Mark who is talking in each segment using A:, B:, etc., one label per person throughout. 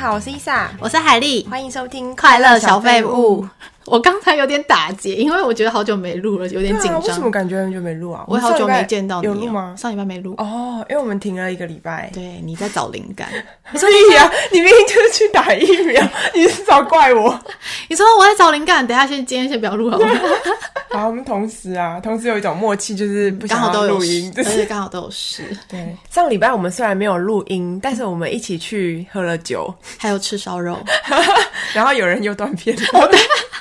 A: 好，我是伊莎，
B: 我是海丽，
A: 欢迎收听《
B: 快乐小废物》。我刚才有点打结，因为我觉得好久没录了，有点
A: 对
B: 紧
A: 啊，为什么
B: 张。
A: 感觉很久没录啊？
B: 我也
A: 们
B: 好久
A: 上礼拜
B: 没见到你啊
A: 有
B: 了，
A: 录吗？
B: 上礼拜没录。
A: 哦，因为我们停了一个礼拜。
B: 对，你在找灵感。
A: 所以啊， 你明明就是去打疫苗， 你是找怪我。
B: 你说我在找灵感，等一下先今天先不要 录好了，
A: 好，我们同时啊，同时有一种默契，就是不想
B: 刚好
A: 要
B: 都有嗯
A: 录
B: 事
A: 音，，就
B: 而且
A: 是
B: 刚好都有事，
A: 对。上礼拜我们虽然没有录音，但是我们一起去喝了 酒，
B: 还有吃 烧肉。
A: 然后有人又断片了。
B: 哦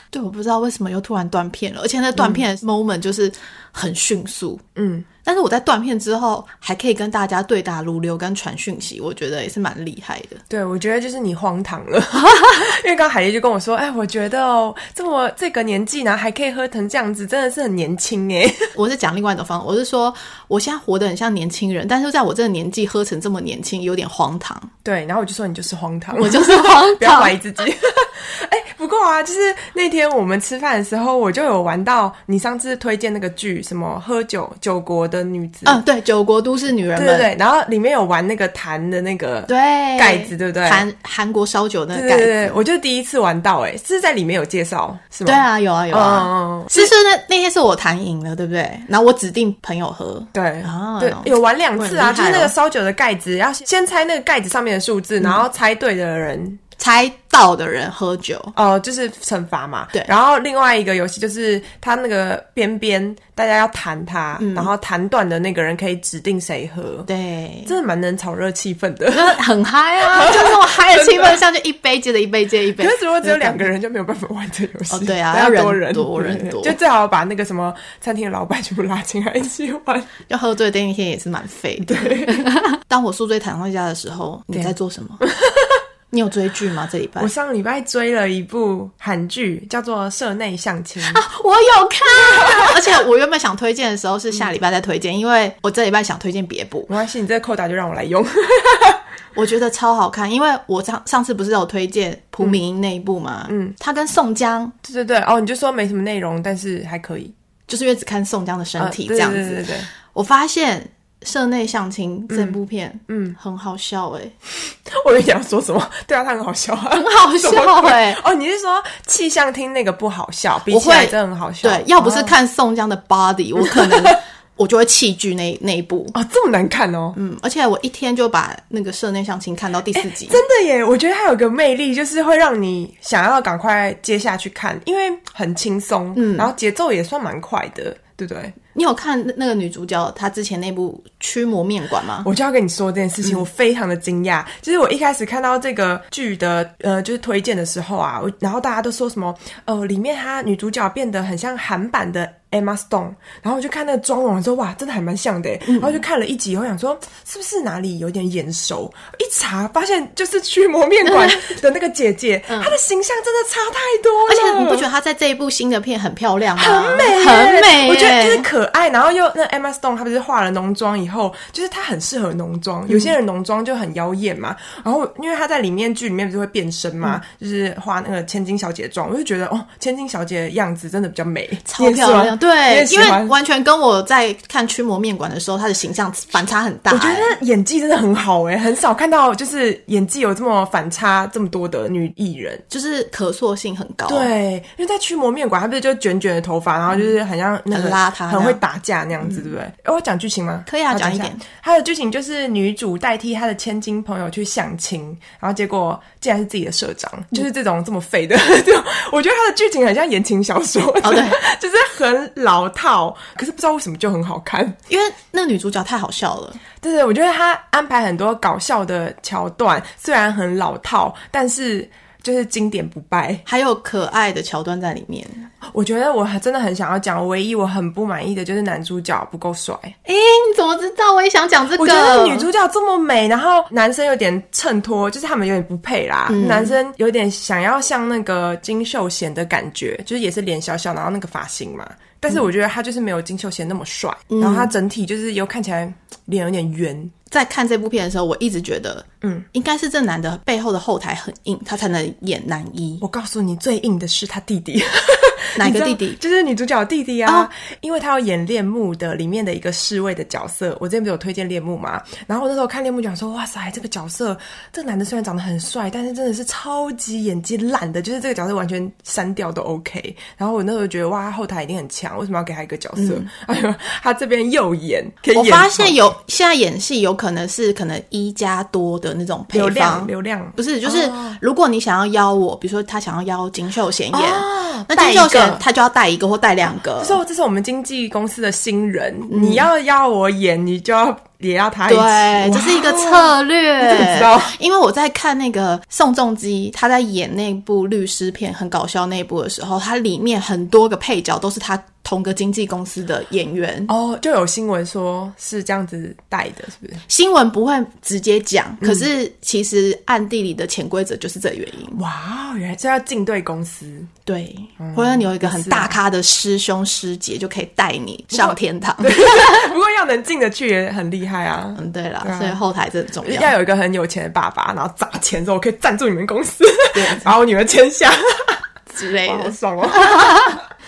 B: 对，我不知道为什么又突然断片了，而且那断片的 moment 就是很迅速。
A: 嗯，
B: 但是我在断片之后，还可以跟大家对答如流跟传讯息，我觉得也是蛮厉害的。
A: 对，我觉得就是你荒唐 了，因为刚海丽就跟我说，哎，我觉得哦，这么这个年纪呢，还可以喝成这样子，真的是很年轻 哎。
B: 我是讲另外一种方法，我是说我现在活得很像年轻人，但是在我这个年纪喝成这么年轻，有点 荒唐。
A: 对，然后我就说你就是荒唐，
B: 我就是荒
A: 不要
B: 唐
A: 怀，疑自己。哎、不过啊，就是那天我们吃饭的时候，我就有玩到你上次推荐那个剧，什么喝酒九国的女子，
B: 嗯，对，九国都市女人
A: 对
B: 们，
A: 对对，然后里面有玩那个弹的那个，
B: 对
A: 盖子对不对
B: 韩韩国烧酒那
A: 对
B: 个
A: 对对
B: 盖子，
A: 对，我就第一次玩到、哎，是在里面有介绍是吗？
B: 对啊，有啊有
A: 嗯，
B: 啊。
A: 嗯嗯嗯，
B: 其实那那天是我谈赢了，对不对？然后我指定朋友喝，
A: 对
B: 啊
A: 对，有玩两次啊，
B: 我很厉害哦嗯
A: 就是那个烧酒的盖子，要先猜那个盖子上面的数字，然后猜对的人
B: 猜到的人喝酒，
A: 哦，就是惩罚嘛。
B: 对
A: 然后另外一个游戏就是它那个边边，大家要弹它，
B: 嗯
A: 然后弹断的那个人可以指定谁喝，
B: 对，
A: 真的蛮能炒热气氛 的。
B: 就是很嗨啊， 就是那种嗨的气氛下，就一杯接着一杯接一杯。
A: 可是如果只有两个人，就没有办法玩这游戏。
B: 哦对啊
A: 要
B: 要人
A: 多人
B: 多
A: 对
B: 人多
A: 就最好把那个什么餐厅的老板全部拉进来一起 玩。
B: 就喝醉的那一天也是蛮废的。 当我宿醉躺回家的时候，你在做什么？ 你有追剧吗？这礼拜啊
A: 我上礼拜追了一部韩剧，叫做《社内相亲》。
B: 我有看， 而且我原本想推荐的时候是下礼拜再推荐，因为我这礼拜想推荐别部，
A: 没关系，你这个扣打就让我来用。
B: 我觉得超好看，因为我上上次不是有推荐朴敏英那一部吗？嗯，他跟宋江
A: 对对对，哦，你就说没什么内容，但是还可以
B: 就是因为只看宋江的身体
A: 嗯
B: 这样子，
A: 对对对对对
B: 我发现。社内相亲这部片，嗯，很好笑哎、
A: 我以为你要说什么？对啊，他很好笑 啊，很
B: 好笑欸
A: 哦，你是说气象厅那个不好笑，比
B: 我
A: 起来
B: 会
A: 真的很好笑。
B: 对，要不是看宋江的 body，、我可能我就会弃剧那那一部。
A: 哦，这么难看哦。
B: 嗯，而且我一天就把那个社内相亲看到第四集，
A: 真的耶，我觉得它有个魅力，就是会让你想要赶快接下去看，因为很轻松，然后节奏也算蛮快的，对不对？
B: 你有看那那个女主角她之前那部《驱魔面馆》吗？嗯
A: 我就要跟你说这件事情，我非常的惊讶。就是我一开始看到这个剧的呃，就是推荐的时候啊，我然后大家都说什么呃，里面她女主角变得很像韩版的 Emma Stone，然后我就看那个妆容说哇，真的还蛮像的耶。欸然
B: 嗯
A: 后就看了一集以后，想说是不是哪里有点眼熟？一查发现就是驱魔面馆
B: 嗯
A: 的那个姐姐，她的形象真的差太多了。
B: 而且你不觉得她在这一部新的片很漂亮吗？
A: 很美耶，
B: 很美耶，
A: 我觉得就是可爱，然后又那 Emma Stone 她不是化了浓妆以后，就是她很适合浓妆。
B: 嗯
A: 有些人浓妆就很妖艳嘛，然后因为她在里面剧里面不是会变身
B: 嗯
A: 嘛，就是画那个千金小姐的妆，我就觉得哦，千金小姐的样子真的比较美，啊
B: 超漂亮。对，因为
A: 我
B: 完全跟我在看《驱魔面馆》的时候，她的形象反差很大、欸
A: 我觉得演技真的很好哎、很少看到就是演技有这么反差这么多的女艺人。
B: 就是可塑性很高。，
A: 对，因为在驱魔面馆，她不是就卷卷的头发，然后就是很像那个
B: 很邋遢那
A: 很会
B: 样
A: 打架那样子，对不对？哎，我讲剧情吗？
B: 可以啊
A: 我
B: 讲一
A: 下
B: 点。
A: 她的剧情就是女主代替她的千金朋友去相亲，然后结果竟然是自己的社长，
B: 嗯
A: 就是这种这么废的。 就我觉得她的剧情很像言情小说，
B: 哦对，
A: 就是很老套，可是不知道为什么就很好看。
B: 因为那女主角太好笑了，
A: 对对，我觉得他安排很多搞笑的桥段，虽然很老套，但是就是经典不败。
B: 还有可爱的桥段在里面。
A: 我觉得我还真的很想要讲，唯一我很不满意的就是男主角不够帅。
B: 哎、你怎么知道？我也想讲这个。
A: 我觉得女主角这么美，然后男生有点衬托，就是他们有点不配啦。
B: 嗯
A: 男生有点想要像那个金秀贤的感觉，就是也是脸小小，然后那个发型嘛。但是我觉得他就是没有金秀贤那么帅，
B: 嗯
A: 然后他整体就是又看起来脸有点圆。
B: 在看这部片的时候，我一直觉得，嗯，应该是这男的背后的后台很硬，他才能演男一。
A: 我告诉你，最硬的是他弟弟。
B: 哪个弟
A: 你
B: 弟
A: 知道？就是女主角弟弟啊，
B: 哦
A: 因为他要演恋慕的里面的一个侍卫的角色。我之前不是有推荐恋慕嘛？然后我那时候看恋慕讲说，哇塞，这个角色，这个男的虽然长得很帅，但是真的是超级演技烂的，就是这个角色完全删掉都 OK。然后我那时候觉得，哇，他后台一定很强，为什么要给他一个角色？
B: 嗯
A: 哎呦，他这边又演，可以
B: 我
A: 演
B: 发现有现在演戏有可能是可能一加多的那种配
A: 流
B: 方
A: 量，，流量
B: 不是就是如果你想要邀我，比如说他想要邀金秀贤演，
A: 哦
B: 那
A: 带
B: 金
A: 一
B: 秀
A: 个
B: 贤他就要啊带一个或带两个
A: 这。是我这是我们经纪公司的新人，
B: 嗯
A: 你要要我演，你就要也要他一起。
B: 对， 这
A: 哇
B: 是一个策 略。
A: 你怎么知 道？
B: 因为我在看那个宋仲基他在演那部律师片很搞笑那一部的时候，他里面很多个配角都是他同个经纪公司的演员。
A: 哦，就有新闻说是这样子带的，是不是？
B: 新闻不会直接讲，可是其实暗地里的潜规则就是这个原因。
A: 哇，原来这要进对公 司，
B: 对，或者你有一个很大咖的师兄师姐，就可以带你上天堂。
A: 不过要能进得去也很厉害啊。
B: 嗯，对啦，
A: 对啊
B: 所以后台真的很重要。
A: 要有一个很有钱的爸爸，然后砸钱之后可以赞助你们公司， 把我女儿签下，
B: 之类
A: 哇好
B: 的，
A: 爽哦！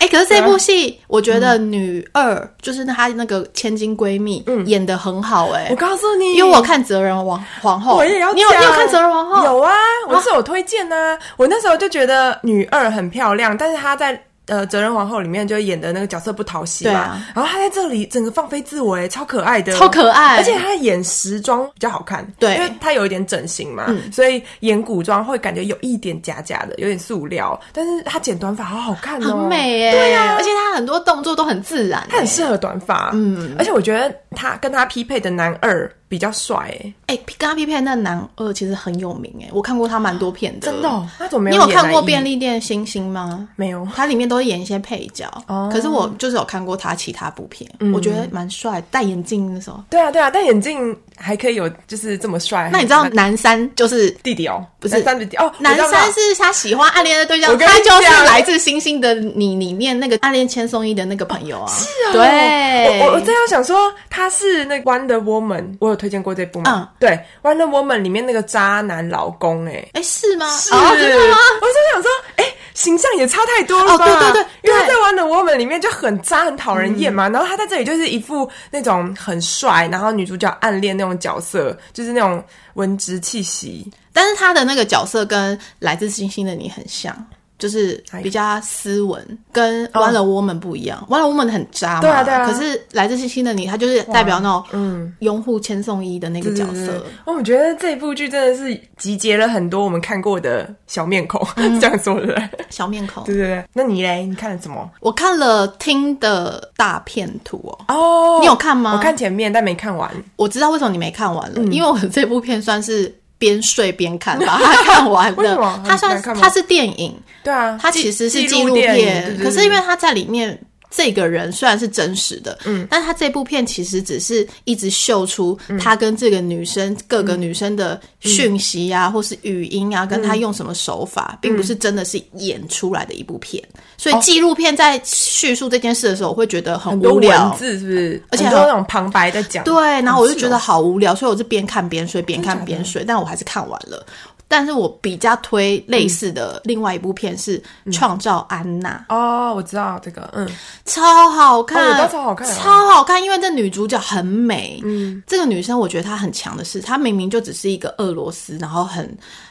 B: 哎、可是这部戏，我觉得女二就是她那个千金闺蜜演的很好、哎、
A: 我告诉你，
B: 因为我有看《哲人王皇后》，
A: 我也要
B: 哦你有你有
A: 讲
B: 看《哲人王哦后》？
A: 有啊，我是有推荐呐、我那时候就觉得女二很漂亮，但是她在。呃，《哲人皇后》里面就演的那个角色不讨喜嘛，
B: 对啊
A: 然后她在这里整个放飞自我，哎，超可爱的，
B: 超可爱
A: 而且她演时装比较好看，
B: 对嗯
A: 因为她有一点整形嘛，所以演古装会感觉有一点假假的，有点塑料，但是她剪短发好好看哦，
B: 很美哎、对呀、而且她很多动作都很自然、
A: 她
B: 哎
A: 很适合短发，嗯，而且我觉得她跟她匹配的男二比较帅，哎，
B: 哎、跟她匹配那男二其实很有名哎、我看过他蛮多片的，
A: 真的、哦，她怎么没
B: 你有
A: 演
B: 看
A: 男
B: 过《
A: 一
B: 便利店星星》吗？
A: 没有？
B: 它里面都会演一些配角，
A: 哦
B: 可是我就是有看过他其他部片，
A: 嗯
B: 我觉得蛮帅，戴眼镜那时候。
A: 对啊，对啊，戴眼镜还可以有就是这么帅。
B: 那你知道男三就是
A: 弟弟哦？
B: 不是
A: 男三弟弟哦，
B: 男
A: 哎我知道
B: 三是他喜欢暗恋的对象
A: 我，跟你
B: 他就是
A: 讲
B: 来自《星星的你》里面那个暗恋千颂伊的那个朋友啊，是
A: 我知道
B: 对，
A: 哦我我我正要想说他是那《Wonder Woman》，我有推荐过这部吗？
B: 嗯
A: 对，《Wonder Woman》里面那个渣男老公、哎，
B: 哎是吗？
A: 是
B: 哦，真的吗？
A: 我就想说，哎、形象也差太多了吧？
B: 哦对对对嗯
A: 因为他在
B: 对
A: 《Wonder Woman》里面就很渣、很讨人厌嘛，然后他在这里就是一副那种很帅，然后女主角暗恋那种角色，就是那种文职气息。
B: 但是他的那个角色跟《来自星星的你》很像。就是
A: 哎哦
B: 比较斯文，跟《Wonder Woman》不一样，《Wonder Woman》很渣嘛，
A: 对啊对啊
B: 可是《来自星星的你》，他就是代表那种嗯拥护千颂伊的那个角色，
A: 哦我觉得这部剧真的是集结了很多我们看过的小面孔，
B: 嗯
A: 是这样说的，
B: 小面孔。
A: 对对对。那你嘞？你看了什么？
B: 我看了听的大片图哦，啊
A: 哦
B: 你有看吗？
A: 我看嗯前面，但没看完。
B: 我知道为什么你没看完了，因为我这部片算是边睡边看，把它看完
A: 为什
B: 的
A: 么很。
B: 它算
A: 难看吗
B: 它是电影，
A: 对啊，
B: 它其实是纪录
A: 电
B: 片，
A: 影，对对
B: 可是
A: 对
B: 因为它在里面。这个人虽然是真实的，嗯，但他这部片其实只是一直秀出
A: 嗯
B: 他跟这个女生、各个女生的讯息啊，或是语音啊，跟他
A: 嗯
B: 用什么手法，并不是真的是演出来的一部片。所以纪录片在叙述这件事的时候，我会觉得很
A: 哦很多
B: 无聊
A: 文，字是不是？
B: 而且
A: 很多那种旁白在讲。
B: 对，然后我就觉
A: 是
B: 得
A: 哦
B: 好无聊，所以我是边看边睡，边看边睡，但我还是看完了。但是我比较推类
A: 嗯
B: 似的另外一部片是《创造安娜》，
A: 哦，我知道这个，嗯，
B: 超好
A: 哦有
B: 看，
A: 到超好看啊
B: 超好看，因为这女主角很美。嗯，这个女生我觉得她很强的是，她明明就只是一个俄罗斯，然后很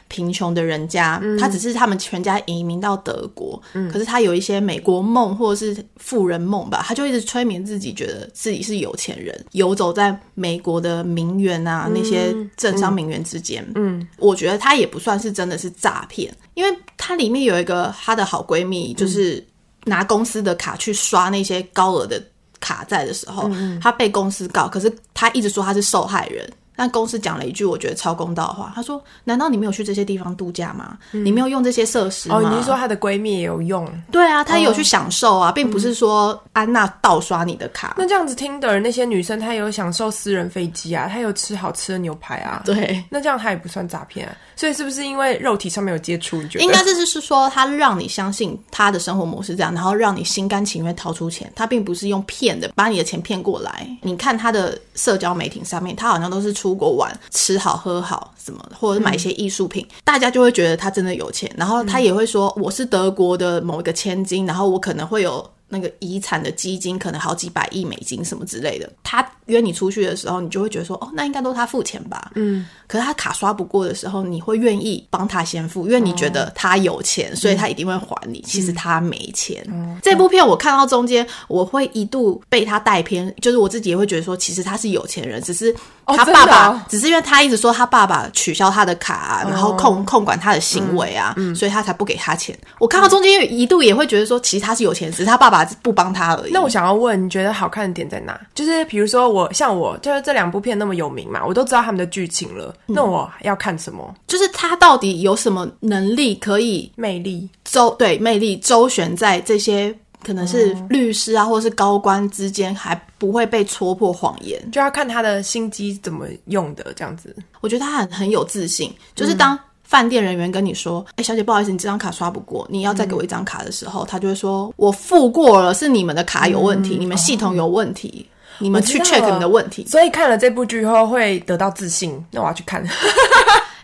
B: 贫穷的人家，
A: 嗯
B: 她只是他们全家移民到德国，可是她有一些美国梦或者是富人梦吧，她就一直催眠自己，觉得自己是有钱人，游走在美国的名媛啊、
A: 嗯
B: 那些政商名媛之间。嗯，我觉得她也不算是真的是诈骗，因为她里面有一个她的好闺蜜就是。
A: 嗯
B: 拿公司的卡去刷那些高额的卡债的时候，
A: 嗯
B: 他被公司告，可是他一直说他是受害人。但公司讲了一句我觉得超公道的话，他说：“难道你没有去这些地方度假吗？你没有用这些设施吗？”
A: 嗯哦，你是说哦她的闺蜜也有用？
B: 对啊，他有去享受啊，并不是说安娜盗刷你的卡。
A: 那这样子听的那些女生，她有享受私人飞机啊，她有吃好吃的牛排啊，
B: 对，
A: 那这样她也不算诈骗啊。所以是不是因为肉体上面有接触？你觉得
B: 应该这就是说，他让你相信他的生活模式这样，然后让你心甘情愿掏出钱。他并不是用骗的，把你的钱骗过来。你看他的社交媒体上面，他好像都是出出国玩，吃好喝好什么，或者是买一些艺术品，大家就会觉得他真的有钱。然后他也会说我是德国的某一个千金，然后我可能会有。那个遗产的基金可能好几百亿美金什么之类的，他约你出去的时候，你就会觉得说，哦，那应该都是他付钱吧。嗯，可是他卡刷不过的时候，你会愿意帮他先付，因为你觉得他有
A: 嗯
B: 钱，所以他一定会还你。其实他没钱。这部片我看到中间，我会一度被他带偏，就是我自己也会觉得说，其实他是有钱人，只是他
A: 真的
B: 爸爸、
A: 哦
B: 只是因为他一直说他爸爸取消他的卡、啊，然后控控管他的行为啊，所以他才不给他钱。我看到中间一度也会觉得说，其实他是有钱，只是他爸爸不帮他而已。
A: 那我想要问，你觉得好看的点在哪？就是比如说我像我，就是这两部片那么有名嘛，我都知道他们的剧情了，那我要看什么？
B: 就是他到底有什么能力可以
A: 魅力
B: 周对魅力周旋在这些可能是律师啊，或是高官之间，还不会被戳破谎言？
A: 就要看他的心机怎么用的，这样子。
B: 我觉得他很很有自信，就是当
A: 嗯
B: 饭店人员跟你说：“哎、小姐，不好意思，你这张卡刷不过，你要
A: 嗯
B: 再给我一张卡”的时候，他就会说：“我付过了，是你们的卡有问题，你们系统有问题，你们
A: 嗯哦
B: 去
A: 我知道
B: check
A: 了
B: 你们的问题。
A: 所以看了这部剧后会得到自信，那我要去看。”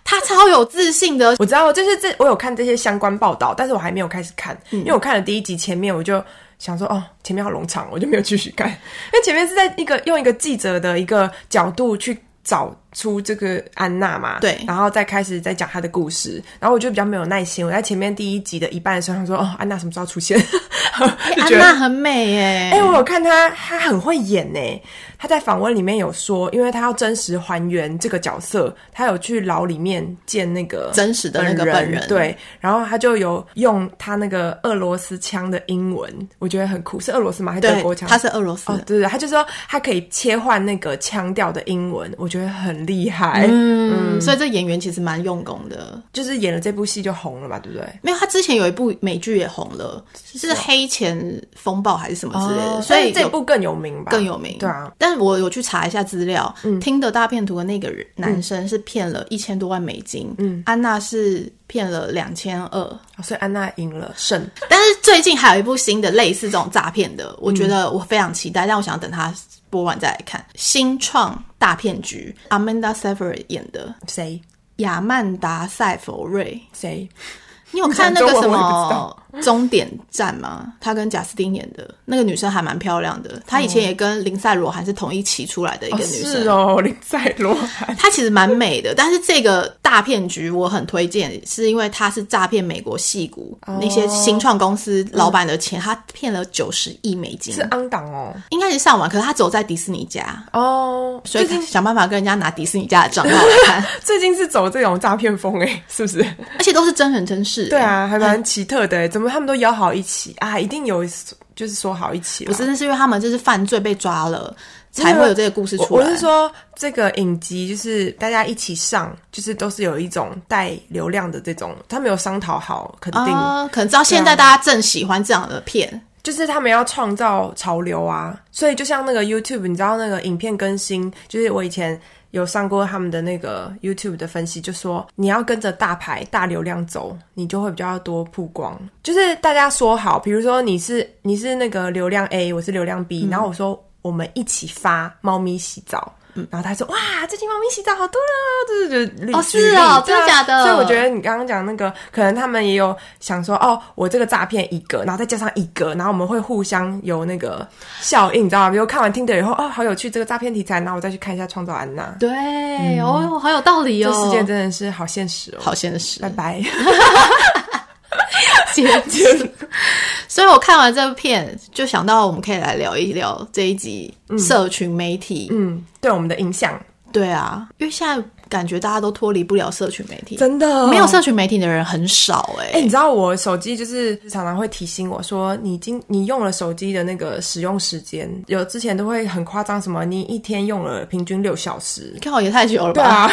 B: 他超有自信的，
A: 我知道，就是这我有看这些相关报道，但是我还没有开始看，
B: 嗯
A: 因为我看了第一集前面我就。想说哦，前面好冗长，我就没有继续看，因为前面是在一个用一个记者的一个角度去找出这个安娜嘛，
B: 对
A: 然后再开始再讲她的故事，然后我就比较没有耐心，我在前面第一集的一半的时候想说哦，安娜什么时候出现？ 就
B: 哎安
A: 觉得
B: 娜很美耶、
A: 哎、我有看他，他很会演呢、他在访问里面有说，因为他要真实还原这个角色，他有去牢里面见那个
B: 真实的那个本人
A: 对，然后他就有用他那个俄罗斯腔的英文，我觉得很酷，是俄罗斯吗？还是德国
B: 对，
A: 腔？
B: 他是俄罗斯
A: 哦
B: 的，，
A: 对对，他就说他可以切换那个腔调的英文，我觉得很厉害，
B: 嗯，所以这演员其实蛮用功的。
A: 就是演了这部戏就红了嘛，对不对？
B: 没有，他之前有一部美剧也红了，是《黑钱风暴》还是什么之类的，哦所
A: 哦但
B: 以
A: 是这
B: 有
A: 部更有名吧？
B: 更有名。
A: 对啊，嗯
B: 但我有去查一下资料，听的大片图的那个人男生是骗了一千多万美金，嗯，安娜是骗了两千二。
A: 哦，所以安娜赢了，胜。
B: 但是最近还有一部新的类似这种诈骗的，我觉得我非常期待，但我想等它播完再来看。新创大骗局，Amanda Seyfried 演的
A: 谁
B: 亚曼达·塞佛瑞，
A: 谁？
B: 你有看那
A: 你
B: 个
A: 讲
B: 什
A: 中文我也不知
B: 么
A: 道
B: 终点站吗？她跟贾斯汀演的那个女生还蛮漂亮的，她以前也跟林赛罗韩是同一期出来的一个
A: 哦
B: 女生。
A: 是哦，林赛罗 韩。
B: 它其实蛮美的，但是这个大骗局我很推荐，是因为它是诈骗美国戏股、那些新创公司老板的钱，他骗了九十亿美金
A: 是，安档哦，
B: 应该是上网，可是他走在迪士尼家，
A: 哦，
B: 所以
A: 最近
B: 想办法跟人家拿迪士尼家的账号来 看，
A: 最近是走这种诈骗风哎、是不是？
B: 而且都是真人真事。
A: 对，啊，还蛮奇特的哎、怎么他们都邀好一起啊？一定有就是说好一起啦，
B: 不是，那是因为他们就是犯罪被抓了，才会有这个故事
A: 我
B: 出
A: 我
B: 来。
A: 是说这个影集就是大家一起上，就是都是有一种带流量的这种，他们有商讨好，肯定、
B: 啊，可能到现在大家正喜欢这样的片，
A: 就是他们要创造潮流啊，所以就像那个 YouTube，你知道那个影片更新，就是我以前有上过他们的那个 YouTube 的分析，就说你要跟着大牌大流量走，你就会比较多曝光。就是大家说好，比如说你是你是那个流量 A，我是流量 B，、然后我说我们一起发猫咪洗澡。然后他说：“哇，最近猫咪洗澡好多了，就是就是
B: 哦
A: 举例
B: 是哦
A: 对啊
B: 真的假的
A: 所以我觉得你刚刚讲那个，可能他们也有想说，哦，我这个诈骗一个，然后再加上一个，然后我们会互相有那个效应，你知道吗？比如看完听的以后，哦，好有趣，这个诈骗题材，然后我再去看一下《创造安娜》
B: 对，哦，好有道理哦
A: 这世界真的是好现实哦。
B: 好现实
A: 拜，拜。
B: 结
A: 嗯
B: 局。所以我看完这部片，就想到我们可以来聊一聊这一集社群媒体。
A: 嗯，对我们的影响
B: 对
A: 嗯
B: 啊，因为现在感觉大家都脱离不了社群媒体，
A: 真的
B: 没有。社群媒体的人很少哎、
A: 哎、你知道我手机就是常常会提醒我说，你今你用了手机的那个使用时间，有之前都会很夸张，什么你一天用了平均六小时，
B: 看我也太久了
A: 对
B: 吧？
A: 啊，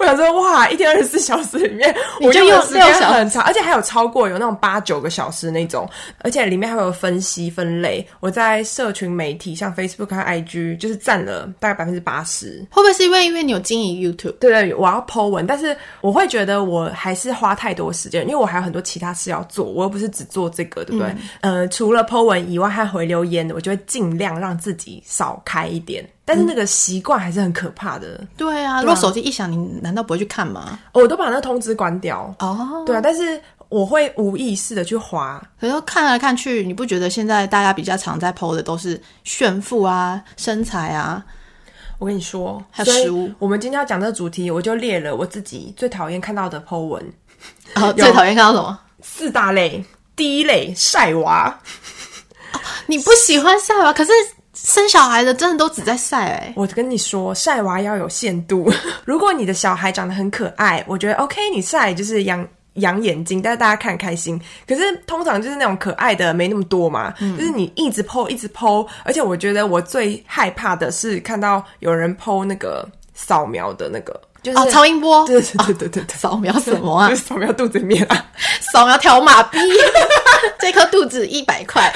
A: 我想说，哇，一天二十四小时里面，
B: 你
A: 我
B: 就
A: 用的
B: 用
A: 时间
B: 六小时
A: 很长，而且还有超过有那种八九个小时那种，而且里面还会有分析分类。我在社群媒体，像 Facebook 和 IG，就是占了大概百分之八十。
B: 会不会是因为因为你有经营 YouTube？
A: 对对，我要 Po 文，但是我会觉得我还是花太多时间，因为我还有很多其他事要做，我又不是只做这个，对不对？
B: 嗯
A: 呃，除了 Po 文以外，还回留言，我就会尽量让自己少开一点。但
B: 嗯
A: 是那个习惯还是很可怕的，
B: 对啊，如果手机一响，你难道不会去看吗？
A: 哦我都把那个通知关掉。
B: 哦，
A: 对啊，但是我会无意识的去滑，
B: 可是看来看去，你不觉得现在大家比较常在 PO 的都是炫富啊、身材 啊？
A: 我跟你说，
B: 还有
A: 所以
B: 食物
A: 我们今天要讲这个主题，我就列了我自己最讨厌看到的 Po 文
B: 啊，最讨厌看到什么？
A: 四大类。第一类晒娃，
B: 你不喜欢晒吧？可是生小孩的真的都只在晒哎、
A: 我跟你说，晒娃要有限度。 如果你的小孩长得很可爱，我觉得 OK，你晒就是养养眼睛，但是大家看开心。可是通常就是那种可爱的没那么多嘛，
B: 嗯
A: 就是你一直 PO 一直 PO，而且我觉得我最害怕的是看到有人 PO 那个扫描的那个，就是、
B: 哦，超音 波
A: 对对对对对对，
B: 扫描什么啊
A: 就？是扫描肚子里面啊。
B: 扫描条码 逼，这颗肚子一百 块。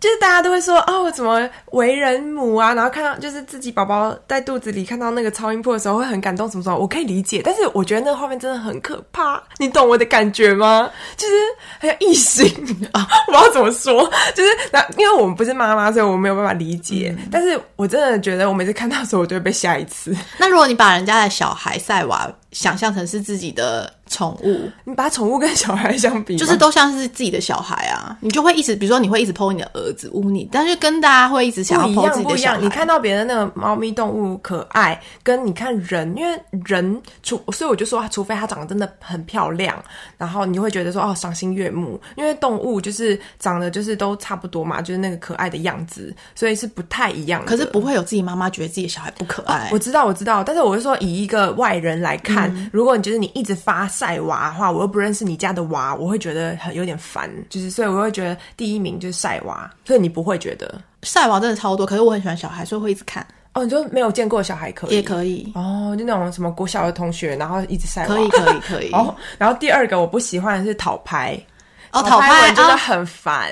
A: 就是大家都会说哦，我怎么为人母啊？然后看到就是自己宝宝在肚子里看到那个超音波的时候，会很感动，什么什么，我可以理解。但是我觉得那个画面真的很可怕，你懂我的感觉吗？ 就是很有异性啊，我不知道怎么说，就是那因为我们不是妈妈，所以我没有办法理解。
B: 嗯
A: 但是我真的觉得，我每次看到的时候，我就会被吓一次。
B: 那如果你把人家的小孩晒娃想象成是自己的宠物，
A: 你把宠物跟小孩相比吗，
B: 就是都像是自己的小孩啊，你就会一直，比如说你会一直剖你的儿子、污你，但是跟大家会一直想要
A: 不一
B: 剖自
A: 样，
B: 己
A: 不
B: 的
A: 一
B: 小
A: 样。
B: 孩。
A: 你看到别的那个猫咪动物可爱，跟你看人，因为人除，所以我就说，除非它长得真的很漂亮，然后你就会觉得说，哦，赏心悦目。因为动物就是长得就是都差不多嘛，就是那个可爱的样子，所以是不太一样的。
B: 可是不会有自己妈妈觉得自己的小孩不可爱。
A: 我知道，我知道，但是我是说，以一个外人来看，
B: 嗯
A: 如果你觉得你一直发晒娃的话，我又不认识你家的娃，我会觉得很有点烦。就是，所以我会觉得第一名就是晒娃，所以你不会觉得
B: 晒娃真的超多，可是我很喜欢小孩，所以会一直看，
A: 哦，你就没有见过的小孩可以
B: 也可以，
A: 哦，就那种什么国小的同学，然后一直晒娃。
B: 可以，可以，可以。
A: 哦，然后第二个我不喜欢的是讨拍，
B: 哦，讨
A: 拍
B: 拍
A: 文真的
B: 啊，
A: 很烦，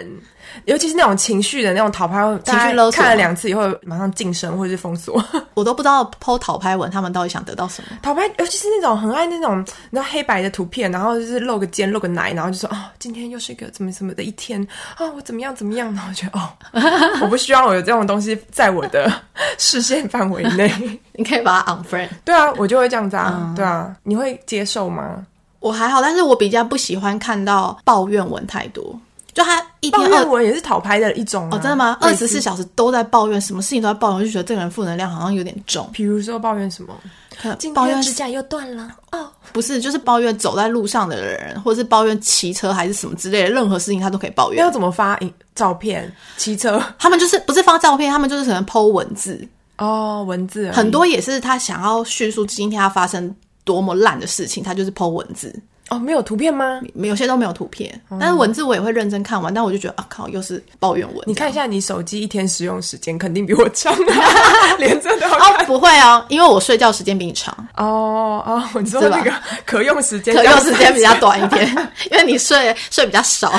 A: 尤其是那种情绪的那种讨拍文，
B: 情绪
A: 大家
B: 勒索
A: 看了
B: 吗
A: 两次以后马上晋升或者是封锁。
B: 我都不知道剖讨拍文他们到底想得到什么。
A: 讨拍，尤其是那种很爱那种你知道黑白的图片，然后就是露个肩露个奶，然后就说哦，今天又是一个怎么怎么的一天啊、我怎么样怎么样，然后我觉得哦， 我不希望我有这种东西在我的视线范围内。
B: 你可以把它 unfriend。
A: 对啊，我就会这样子啊，
B: 嗯
A: 对啊，你会接受吗？
B: 我还好，但是我比较不喜欢看到抱怨文太多，就他一
A: 抱
B: 天二哦
A: 怨文也是讨拍的一种、啊、
B: 哦，真的吗？二
A: 类
B: 十
A: 似
B: 四小时都在抱怨，什么事情都在抱怨，我就觉得这个人负能量好像有点重。
A: 比如说抱怨什么？
B: 可能
A: 今
B: 抱
A: 天
B: 怨
A: 指甲又断了哦，
B: 不是就是抱怨走在路上的人，或者是抱怨骑车还是什么之类的，任何事情他都可以抱
A: 要
B: 怨。
A: 怎么发影照片？骑车
B: 他们就是不是发照片，他们就是可能 Po 文字，
A: 哦，文字而已
B: 很多也是他想要叙述今天他发生多么烂的事情，他就是 Po 文字，
A: 哦，没有图片吗？
B: 没有些都没有图片，
A: 嗯
B: 但是文字我也会认真看完，但我就觉得啊靠，又是抱怨文。
A: 你看一下你手机一天使用时间，肯定比我长、啊 连这都要看
B: 哦，不会哦，因为我睡觉时间比你 长，
A: 哦哦，你说
B: 是吧
A: 那个可用时间，
B: 啊可用时间比较短一点， 因为你睡睡比较 少，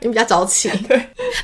B: 你比较早起。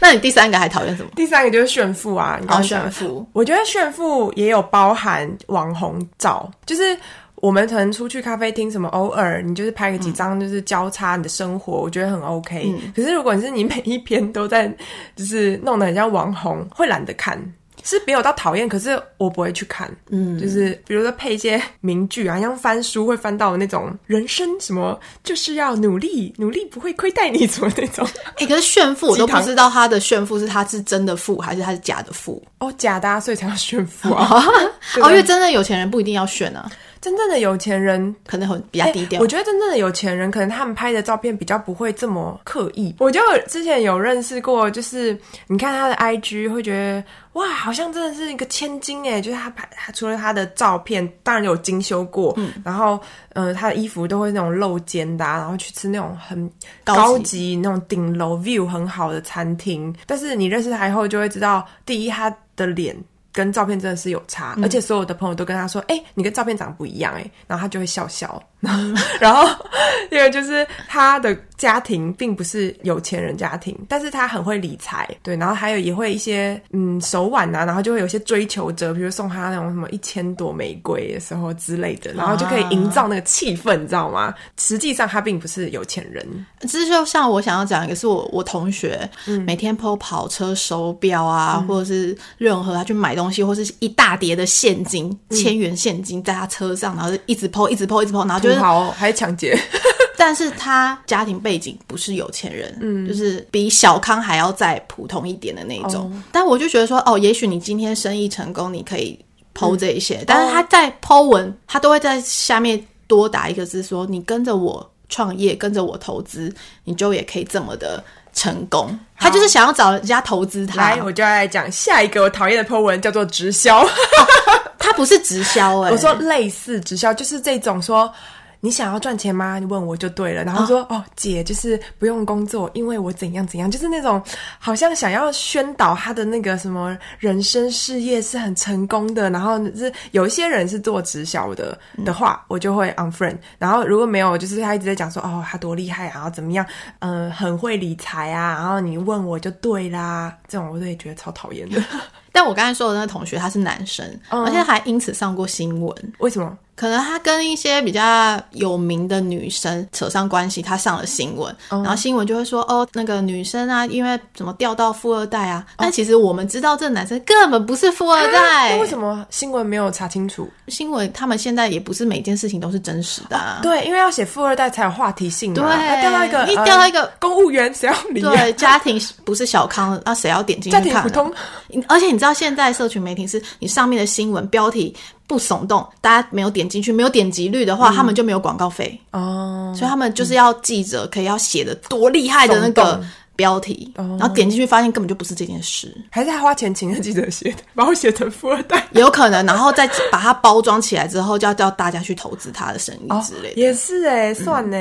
B: 那你第三个还讨厌什么？
A: 第三个就是炫富啊，你刚刚讲的
B: 哦炫富，
A: 我觉得炫富也有包含网红照，就是。我们可能出去咖啡厅，什么偶尔你就是拍个几张，就是交叉你的生活，我觉得很 OK、可
B: 嗯
A: 是如果你是你每一篇都在，就是弄得很像网红，会懒得看，是没有到讨厌，可是我不会去看。嗯，就是比如说配一些名句啊，像翻书会翻到那种人生什么就是要努力，努力不会亏待你什么那 种。
B: 哎、可是炫富我
A: 鸡
B: 都
A: 汤
B: 不知道他的炫富是他是真的富还是他是假的富
A: 哦，假的、啊，所以才要炫富啊。 对
B: 哦，因为真正有钱人不一定要炫啊，哎
A: 真正的有钱人。
B: 可能很比较低调。
A: 哎我觉得真正的有钱人，可能他们拍的照片比较不会这么刻意。我就有之前有认识过，就是你看他的 IG，会觉得哇，好像真的是一个千金哎，就是他拍，他除了他的照片，当然有精修过，然后嗯、呃他的衣服都会那种露肩的、啊，然后去吃那种很
B: 高级
A: 高级那种顶楼 view 很好的餐厅。但是你认识他以后，就会知道，第一他的脸。跟照片真的是有差，而且所有的朋友都跟他说：“哎、你跟照片长得不一样哎、然后他就会笑笑，然后第二个就是他的家庭并不是有钱人家庭，但是他很会理财，对，然后还有也会一些嗯手腕啊，然后就会有一些追求者，比如送他那种什么一千朵玫瑰的时候之类的，然后就可以营造那个气氛，你知道吗？实际上他并不是有钱人，
B: 这就像我想要讲一个，是我我同学、每天 PO 跑车手表啊，或者是任何他去买东西，或是一大叠的现金，千元现金在他车上，然后就一直 PO，一直 PO，一直 PO，然后就是
A: 土豪还抢劫，
B: 但是他家庭背景不是有钱人，
A: 嗯
B: 就是比小康还要再普通一点的那种。但我就觉得说，哦，也许你今天生意成功，你可以剖这一些，
A: 嗯
B: 但是他在剖文，他都会在下面多打一个字说，你跟着我创业，跟着我投资，你就也可以这么的成功。他就是想要找人家投资他
A: 来，，我就要来讲下一个我讨厌的 po 文叫做直销。
B: 他不是直销哎、
A: 我说类似直销，就是这种说。你想要赚钱吗？你问我就对了。然后说哦姐，就是不用工作，因为我怎样怎样，就是那种好像想要宣导他的那个什么人生事业是很成功的。然后是有一些人是做直销的的话，我就会 unfriend。然后如果没有，就是他一直在讲说哦他多厉害啊，然后怎么样，嗯、很会理财啊，然后你问我就对啦，这种我都也觉得超讨厌的。
B: 但我刚才说的那个同学他是男生，
A: 嗯
B: 而且还因此上过新闻。
A: 为什么？
B: 可能他跟一些比较有名的女生扯上关系，他上了新闻，然后新闻就会说哦，那个女生啊，因为怎么掉到富二代啊，
A: 哦
B: 但其实我们知道这男生根本不是富二代。
A: 啊那为什么新闻没有查清楚？
B: 新闻他们现在也不是每件事情都是真实的、啊。
A: 对，因为要写富二代才有话题性嘛。
B: 对
A: 要掉到一个，
B: 你
A: 呃
B: 掉到一个
A: 公务员，谁要理 啊？
B: 对，家庭不是小康，那、谁要点进去
A: 家
B: 看、
A: 庭
B: 啊？
A: 普通，
B: 你而且你知道，现在社群媒体是你上面的新闻标题不耸动，大家没有点进去，没有点击率的话，
A: 嗯
B: 他们就没有广告费哦。所以他们就是要记者可以要写的多厉害的那
A: 耸
B: 个
A: 动哦
B: 标题，然后点进去发现根本就不是这件事，
A: 还是他花钱请那记者写的，把我写成富二 代。
B: 也有可能，然后再把它包装起来之后，就要叫大家去投资他的生意之类
A: 哦
B: 的。
A: 也是哎、算呢、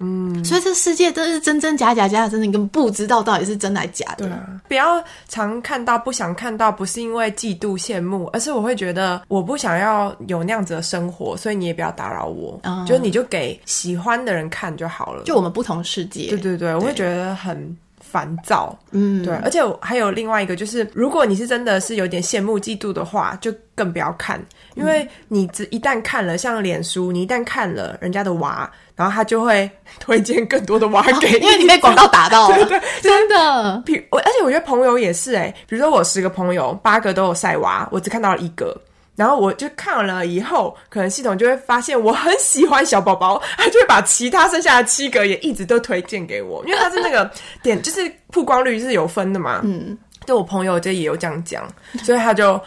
A: 嗯，
B: 所以这世界真是真真假假，假假真的，你根本不知道到底是真还是假的。
A: 不
B: 啊
A: 要常看到不想看到，不是因为嫉妒羡慕，而是我会觉得我不想要有那样子的生活，所以你也不要打扰我，
B: 嗯
A: 就是你就给喜欢的人看就好了。
B: 就我们不同世界，
A: 对对对，我会觉得很烦躁。嗯，对，而且我还有另外一个，就是如果你是真的是有点羡慕嫉妒的话，就更不要看，因为
B: 嗯
A: 你只一旦看了，像脸书，你一旦看了人家的娃，然后他就会 推荐更多的娃 给你，
B: 哦因为你被广告打到了，真的。
A: 比我，而且我觉得朋友也是哎、比如说我十个朋友，八个都有晒娃，我只看到了一个。然后我就看了以后，可能系统就会发现我很喜欢小宝宝，它就会把其他剩下的七个也一直都推荐给我，因为它是那个点，就是曝光率是有分的嘛。嗯，对我朋友就也有这样讲，所以他就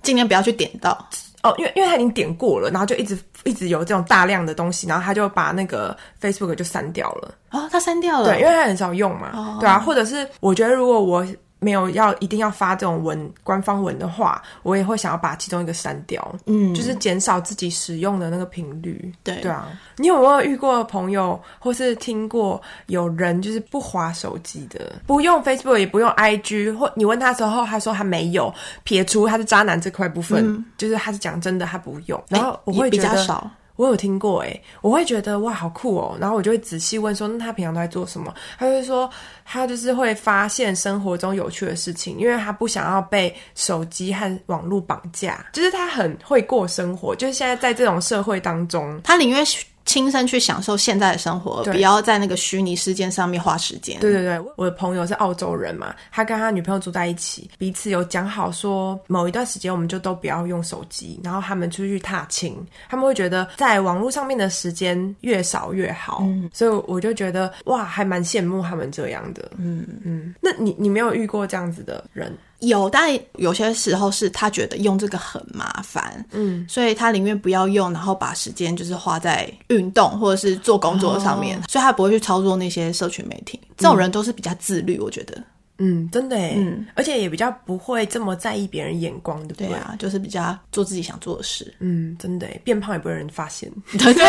B: 尽量不要去点到。
A: 哦，因为因为他已经点过了，然后就一直一直有这种大量的东西，然后他就把那个 Facebook 就删掉了。
B: 哦，他删掉了。
A: 对，因为他很少用嘛，对啊，或者是我觉得如果我没有要一定要发这种文官方文的话，我也会想要把其中一个删掉，嗯，就是减少自己使用的那个频率。
B: 对
A: 对啊，你有没有遇过朋友或是听过有人就是不滑手机的，不用 Facebook 也不用 IG，或你问他之后，他说他没有，撇除他是渣男这块部分，就是他是讲真的，他不用。然后我会
B: 哎比
A: 觉得、
B: 较少。
A: 我有听过哎、我会觉得哇好酷哦，然后我就会仔细问说，那他平常都在做什么？他就会说他就是会发现生活中有趣的事情，因为他不想要被手机和网络绑架，就是他很会过生活，就是现在在这种社会当中，
B: 他宁愿亲身去享受现在的生活，
A: 对
B: 不要在那个虚拟事件上面花时间。
A: 对对对，我的朋友是澳洲人嘛，他跟他女朋友住在一起，彼此有讲好说某一段时间我们就都不要用手机，然后他们出去踏青，他们会觉得在网络上面的时间越少越好，
B: 嗯
A: 所以我就觉得哇，还蛮羡慕他们这样的，嗯嗯。那你你没有遇过这样子的人？
B: 有，但有些时候是他觉得用这个很麻烦，嗯，所以他宁愿不要用，然后把时间就是花在运动或者是做工作上
A: 哦
B: 面，所以他不会去操作那些社群媒体。这种人都是比较自律，我觉得。
A: 嗯，真的哎，而且也比较不会这么在意别人眼光，对不对？
B: 对啊，就是比较做自己想做的 事。
A: 嗯，真的哎，变胖也不会有人发现，
B: 对对，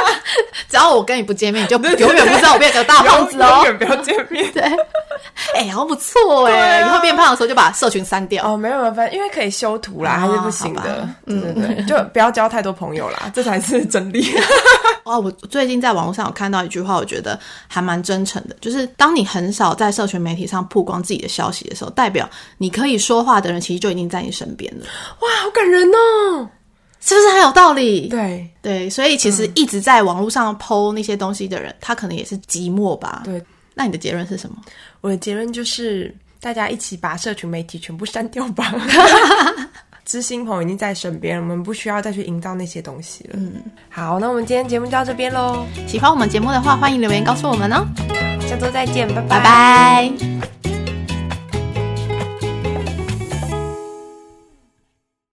B: 只要我跟你不见面，你就永远不知道我变成大胖子
A: 永。
B: 哦
A: 远不要见面。
B: 哎、好像不错
A: 啊
B: 哎、以后变胖的时候就把社群删掉。
A: 哦，没有没有，反正因为可以修图啦，
B: 哦
A: 还是不行
B: 好吧
A: 嗯 的。对对对，就不要交太多朋友啦，这才是真理。
B: 哦，我最近在网络上有看到一句话，我觉得还蛮真诚的，就是当你很少在社群媒体上曝光自己的消息的时候，代表你可以说话的人其实就已经在你身边了，
A: 哇，好感人哦！
B: 是不是很有道理？
A: 对嗯
B: 对，所以其实一直在网络上剖那些东西的人，他可能也是寂寞吧。
A: 对，
B: 那你的结论是什么？
A: 我的结论就是，大家一起把社群媒体全部删掉 吧。知心朋友已经在身边了，我们不需要再去营造那些东西了。嗯，好，那我们今天节目就到这边喽，
B: 喜欢我们节目的话，欢迎留言告诉我们哦，
A: 下周再见，拜
B: 拜拜。